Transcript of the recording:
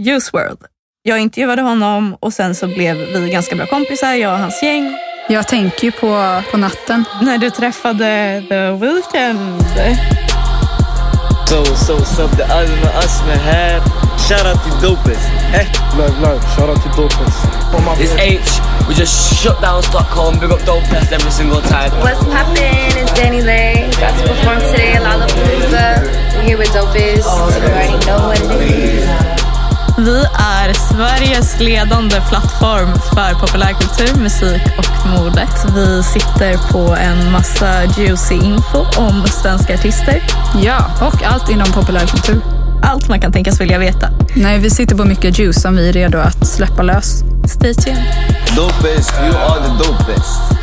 Juice World. Jag intervjuade honom och sen så blev vi ganska bra kompisar, jag och hans gäng. Jag tänker ju på, på natten. När du träffade The Weeknd. So, so, so, the Alma Asma här. Shoutout till Dopest. Eh? Live, live. Shoutout till Dopest. It's H. We just shut down Stockholm, big up Dopest every single time. What's poppin'? It's Danny Lay. Got to perform today at Lollapalooza. We're here with Dopest. You already know what it is. Vi är Sveriges ledande plattform för populärkultur, musik och modet. Vi sitter på en massa juicy info om svenska artister. Ja, och allt inom populärkultur. Allt man kan tänkas vilja veta. Nej, vi sitter på mycket juice som vi är redo att släppa lös. Stay tuned. Dopest, you are the dopest.